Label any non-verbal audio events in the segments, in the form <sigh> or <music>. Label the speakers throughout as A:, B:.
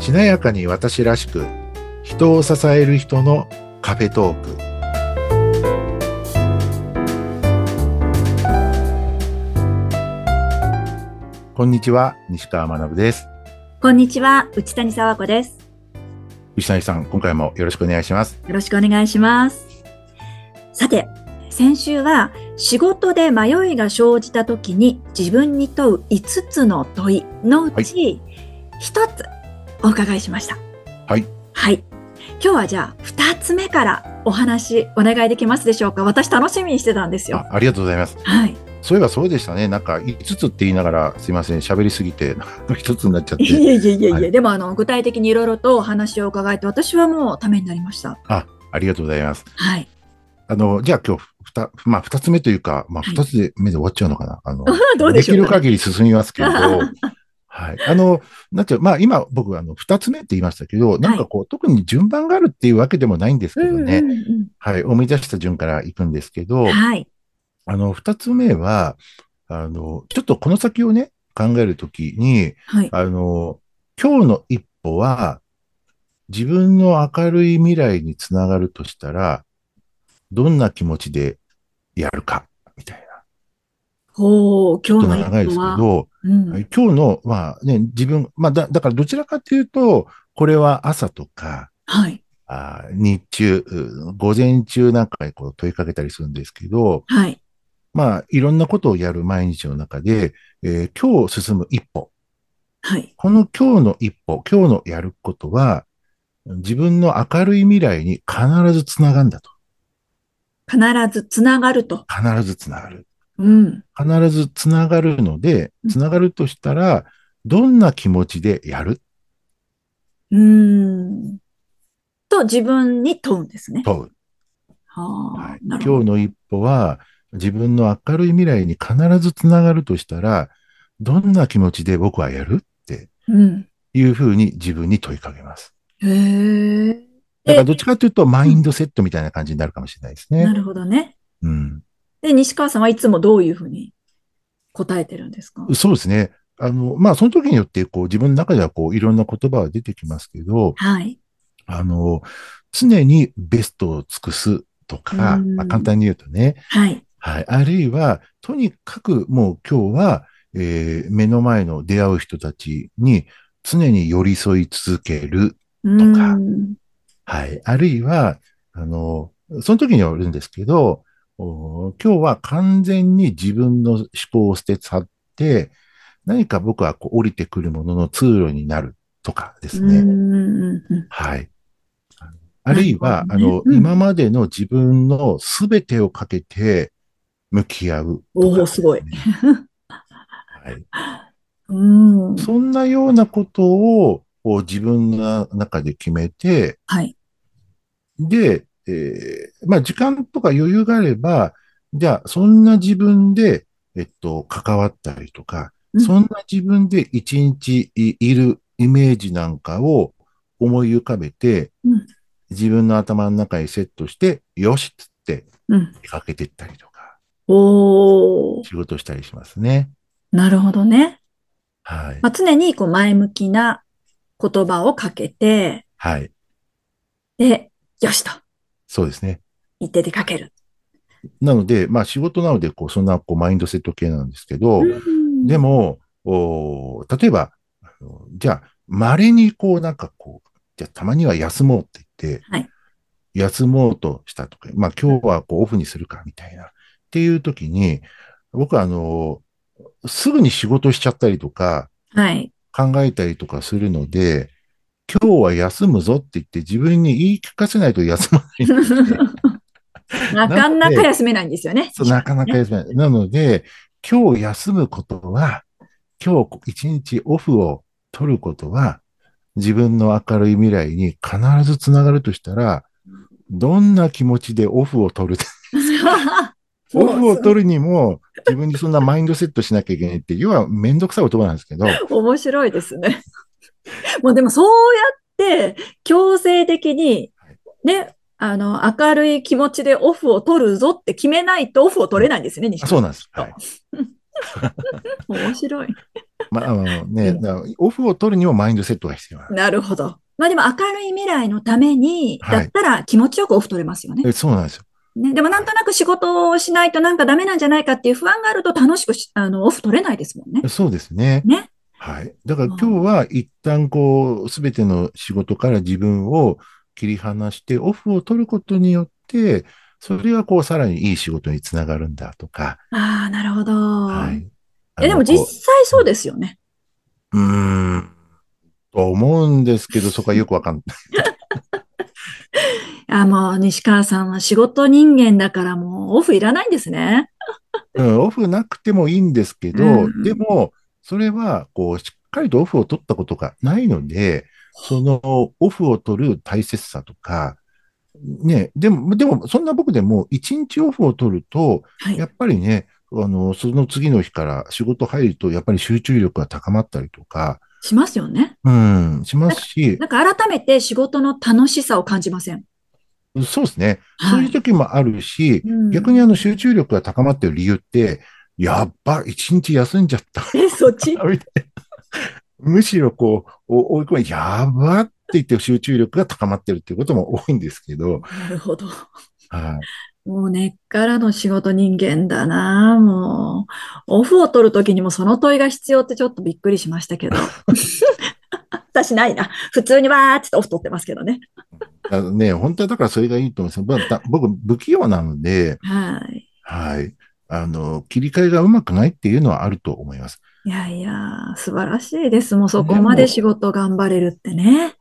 A: 華やかに私らしく人を支える人のカフェトークこんにちは西川学です
B: こんにちは、内谷沢子です。
A: 牛谷さん今回もよろしくお願いします
B: よろしくお願いします。さて、先週は仕事で迷いが生じた時に自分に問う5つの問いのうち1つお伺いしました。
A: はい。
B: はい。今日はじゃあ2つ目からお話お願いできますでしょうか私楽しみにしてたんですよ
A: あ。ありがとうございます
B: はい。
A: そういえばそうでしたねなんか5つって言いながらすいません喋りすぎて1つになっ <laughs> ちゃっ
B: <laughs> い
A: て
B: えいえいえいえ、
A: はい
B: でもあの具体的にいろいろとお話を伺えて私はもうためになりました。
A: あありがとうございます
B: はい。 <laughs>
A: あのじゃあ今日ふたまあ2つ目というかまあ
B: はい
A: 2つで目で終わっちゃうのかなあの
B: <laughs> どう
A: で
B: でし
A: き
B: ょう
A: る
B: かね、
A: 限り進みます
B: <laughs>
A: けれど、はい。あの、なんていう、まあ今僕、あの、二つ目って言いましたけど、なんかこう、特に順番があるっていうわけでもないんですけどね、
B: うんうん
A: はい。思い出した順から行くんですけど、
B: うん。はい。
A: あの、二つ目は、あの、ちょっとこの先をね、考えるときに、
B: はい。
A: あの、今日の一歩は、自分の明るい未来につながるとしたら、どんな気持ちでやるか、みたいな。
B: ほう、
A: ちょ
B: 今
A: っ
B: 日
A: と
B: の
A: 長いで
B: 一
A: す
B: 歩
A: け
B: は。
A: ど、
B: うん
A: はい今日の、まあね、自分、まあだ、だからどちらかというと、これは朝とか、
B: はい。
A: あー日中、うん午前中なんかにこう問いかけたりするんですけど、
B: はい。
A: まあ、いろんなことをやる毎日の中で、えー今日進む一歩、
B: はい。
A: この今日の一歩、今日のやることは、自分の明るい未来に必ずつながるんだと。
B: 必ずつながると。
A: 必ずつながる。
B: うん。
A: 必ずつながるので
B: う、ん
A: つながるとしたら、どんな気持ちでやる
B: うーん。と自分に問うんですね。
A: 問う。は
B: はいあ、なる
A: 今
B: ほ
A: 日
B: ど。
A: の一歩は自分の明るい未来に必ずつながるとしたら、どんな気持ちで僕はやるって
B: うん。
A: いうふうに自分に問いかけます。
B: へえ。
A: だからどっちかというとマインドセットみたいな感じになるかもしれないです
B: な
A: ね。
B: るほどね。
A: うん、
B: で、西川さんはいつもどういうふうに答えてるんですか
A: そうですね。あの、まあ、その時によって、こう、自分の中では、こう、いろんな言葉は出てきますけど、
B: はい。
A: あの、常にベストを尽くすとか、
B: うん
A: まあ簡単に言うとね、
B: はい。
A: はい。あるいは、とにかくもう今日は、えー目の前の出会う人たちに常に寄り添い続ける。
B: う
A: か
B: ん。
A: はい。あるいは、あの、その時によるんですけど、お今日は完全に自分の思考を捨て去って、何か僕はこう降りてくるものの通路になるとかですね。
B: うん。うん
A: はい。あのあるいは、
B: な
A: あ
B: るほ
A: の、
B: どねうん
A: 今までの自分の全てをかけて向き合うとか
B: おーすごい
A: でねはい。
B: うん。うん
A: そんなようなことをこう自分の中で決めて、
B: はい。
A: で、えーまあ時間とか余裕があれば、じゃあそんな自分で、えっと、関わったりとか、
B: うん
A: そんな自分で一日いいるイメージなんかを思い浮かべて、
B: うん
A: 自分の頭の中にセットして、よしっつって
B: うん。
A: 出かけていったりとか、
B: おー。
A: 仕事したりしますね。
B: なるほどね。
A: はい。
B: まあ、常にこう前向きな言葉をかけて、
A: はい。
B: で、よしと
A: そうですね。
B: 言って出かける。
A: なので、まあ仕事なので、こう、そんなこうマインドセット系なんですけど、でも、おー例えば、あのじゃあ、稀にこう、なんかこう、じゃあたまには休もうって言って、
B: はい
A: 休もうとしたとか、まあ今日はこうオフにするかみたいな、っていう時に、僕はあの、すぐに仕事しちゃったりとか、
B: はい。
A: 考えたりとかするので、今日は休むぞって言って自分に言い聞かせないと休ま <laughs> ないんですね。
B: なかなか休めないんですよね。
A: そうなかなか休めない。なので、今日休むことは、今日一日オフを取ることは、自分の明るい未来に必ずつながるとしたら、どんな気持ちでオフを取る
B: <laughs>
A: オフを取るにも、自分にそんなマインドセットしなきゃいけないって、要はめんどくさい言葉なんですけど、
B: 面白いですね。 <laughs> もうでもそうやって強制的にね、あの、明るい気持ちでオフを取るぞって決めないとオフを取れないんですよね、西
A: あ
B: 川
A: そ
B: さ
A: うんなんです。はい。
B: 面白い。
A: まあ、あのね、だからオフを取るにもマインドセットが必要なの
B: なるほど。まあでも明るい未来のために、
A: はい
B: だったら気持ちよくオフ取れますよね。
A: えそうなんですよ。
B: ねでもなんとなく仕事をしないとなんかダメなんじゃないかっていう不安があると楽しくしあのオフ取れないですもんね。
A: そうですね。
B: ね。
A: はい。だから今日は一旦こう、すべての仕事から自分を切り離して、オフを取ることによって、それがこう、さらにいい仕事につながるんだとか。
B: ああ、なるほど。
A: はい。
B: えでも実
A: あのこ
B: 際そうですよね。
A: ううーん。と思うんです
B: <laughs>
A: けど、そこはよくわかんない。
B: あもう西川さんは仕事人間だからもうオフいらないんですね。
A: うん、オフなくてもいいんですけ
B: う
A: ど
B: ん、
A: でも、それは、こう、しっかりとオフを取ったことがないので、そのオフを取る大切さとか、ね、でも、でも、そんな僕でも、一日オフを取ると、
B: はい。
A: やっぱりね、あの、その次の日から仕事入ると、やっぱり集中力が高まったりとか、
B: しますよね。
A: うん、しますし、
B: なんか改めて仕事の楽しさを感じません。
A: そうですね。そう
B: はい
A: いう時もあるし、
B: うん
A: 逆にあの集中力が高まってる理由って、やっば、一日休んじゃった。
B: え、そっち <laughs>
A: みたいなむしろこう、お追い込まれやばって言って集中力が高まってるっていうことも多いんですけど、
B: なるほど。
A: はい。
B: もう根っからの仕事人間だなもう。オフを取るときにもその問いが必要ってちょっとびっくりしましたけ
A: <laughs>
B: ど。私ないな。普通にわーってオフ取ってますけどね。
A: あのね、本当はだからそれがいいと思うんですよ。僕、僕不器用なので、
B: はい。
A: はい。あの、切り替えがうまくないっていうのはあると思います。
B: いやいや、素晴らしいです。もうそこまで仕事頑張れるってね。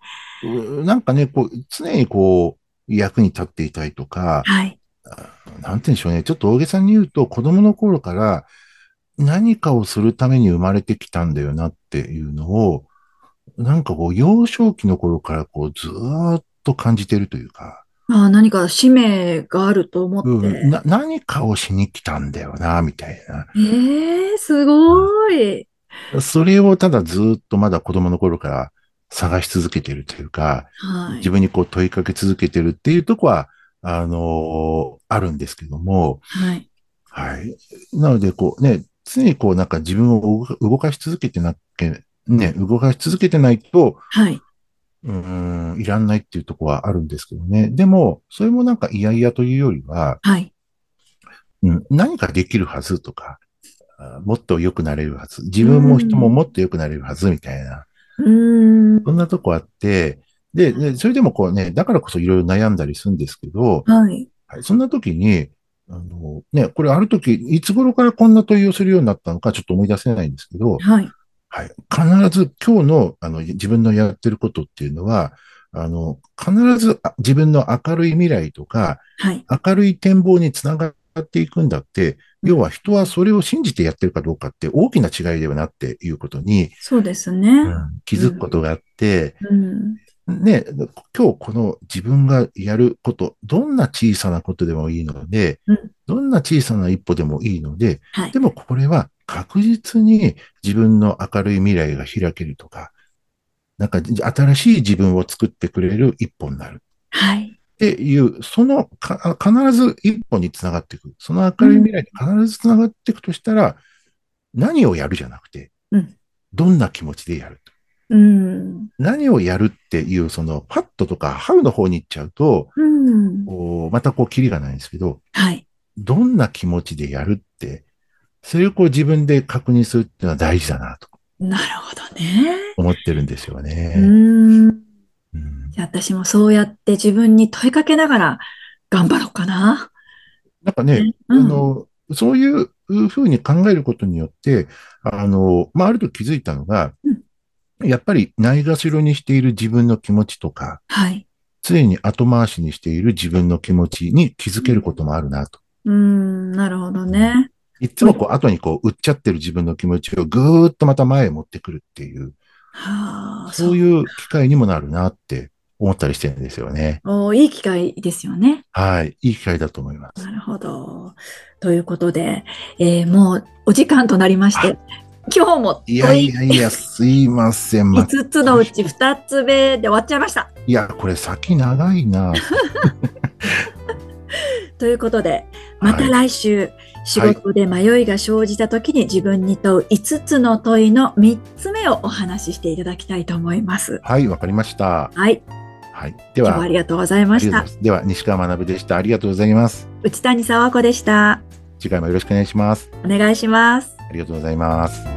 A: うなんかね、こう、常にこう、役に立っていたいとか、
B: はい。
A: なんて言うんでしょうね。ちょっと大げさに言うと、子供の頃から何かをするために生まれてきたんだよなっていうのを、なんかこう、幼少期の頃からこう、ずーっと感じてるというか、
B: ああ何か使命があると思
A: う
B: って。
A: ん、な何かをしに来たんだよな、みたい
B: ええすごい。
A: な。それをただずーっとまだ子供の頃から探し続けてるというか、
B: はい。
A: 自分にこう問いかけ続けてるっていうとこは、あのーあるんですけども、
B: はい。
A: はい。なので、こうね、常にこうなんか自分を動か動かし続けてなっけ、ね、動かし続けてないと、
B: はい。
A: うーん、いらんないっていうところはあるんですけどね。でも、それもなんか嫌々というよりは、
B: はい。
A: うん、何かできるはずとか、あもっと良くなれるはず、自分も人ももっと良くなれるはずみたいな、
B: うーん。
A: そんなとこあって、で、でそれでもこうね、だからこそいろいろ悩んだりするんですけど、
B: はい。
A: はい、そんな時に、あの、ね、これある時、いつ頃からこんな問いをするようになったのかちょっと思い出せないんですけど、
B: はい。
A: はい、必ず今日の、あの、自分のやってることっていうのは、あの、必ずあ自分の明るい未来とか、
B: はい。
A: 明るい展望につながっていくんだって、要は人はそれを信じてやってるかどうかって大きな違いだよなっていうことに、
B: そうですね。
A: うん気づくことがあって、
B: うん。
A: ね、今日この自分がやること、どんな小さなことでもいいので、
B: うん
A: どんな小さな一歩でもいいので、
B: はい
A: で。もこれは確実に自分の明るい未来が開けるとか、なんか新しい自分を作ってくれる一歩になる
B: はい。
A: っていう、そのか必ず一歩につながっていく。その明るい未来に必ずつながっていくとしたら、何をやるじゃなくて
B: うん、
A: どんな気持ちでやる。
B: うん。
A: 何をやるっていう、その、パッドとか、ハウの方に行っちゃうと、
B: うん。
A: こうまたこう、キリがないんですけど、
B: はい。
A: どんな気持ちでやるって、それをこう自分で確認するっていうのは大事だなと
B: なるほどね。
A: 思ってるんですよ
B: う
A: ね。
B: ーん。
A: うん
B: じゃあ私もそうやって自分に問いかけながら頑張ろうかな。
A: なんかね、
B: うん
A: あの、そういうふうに考えることによって、あの、まあ、あると気づいたのが、やっぱりないがしろにしている自分の気持ちとか、
B: はい。
A: 常に後回しにしている自分の気持ちに気づけることもあるなと。
B: うーん。なるほどね。
A: いつもこう、後にこう、売っちゃってる自分の気持ちをぐーっとまた前へ持ってくるっていう、
B: はあ。
A: そう
B: う。
A: いう機会にもなるなって思ったりしてるんですよね。
B: おいい機会ですよね。
A: はい。いい機会だと思います。
B: なるほど。ということで、えーもうお時間となりまして、今日も
A: いや
B: 問
A: い
B: い
A: やいや、すいません。ま、
B: 5つのうち2つ目で終わっちゃいました。 <laughs>
A: いや、これ先長いな。
B: ということで、また来週、仕事で迷いが生じた時に自分に問う5つの問いの3つ目をお話ししていただきたいと思います。
A: はい、わかりました。
B: はい。
A: はい。で
B: 今日
A: は、
B: はありがとうございまし
A: あ
B: た
A: りがとうござい。ますでは、西川学でした。ありがとうございます。
B: 内谷沢子でした。
A: 次回もよろしくお願いします。
B: お願いします。
A: ありがとうございます。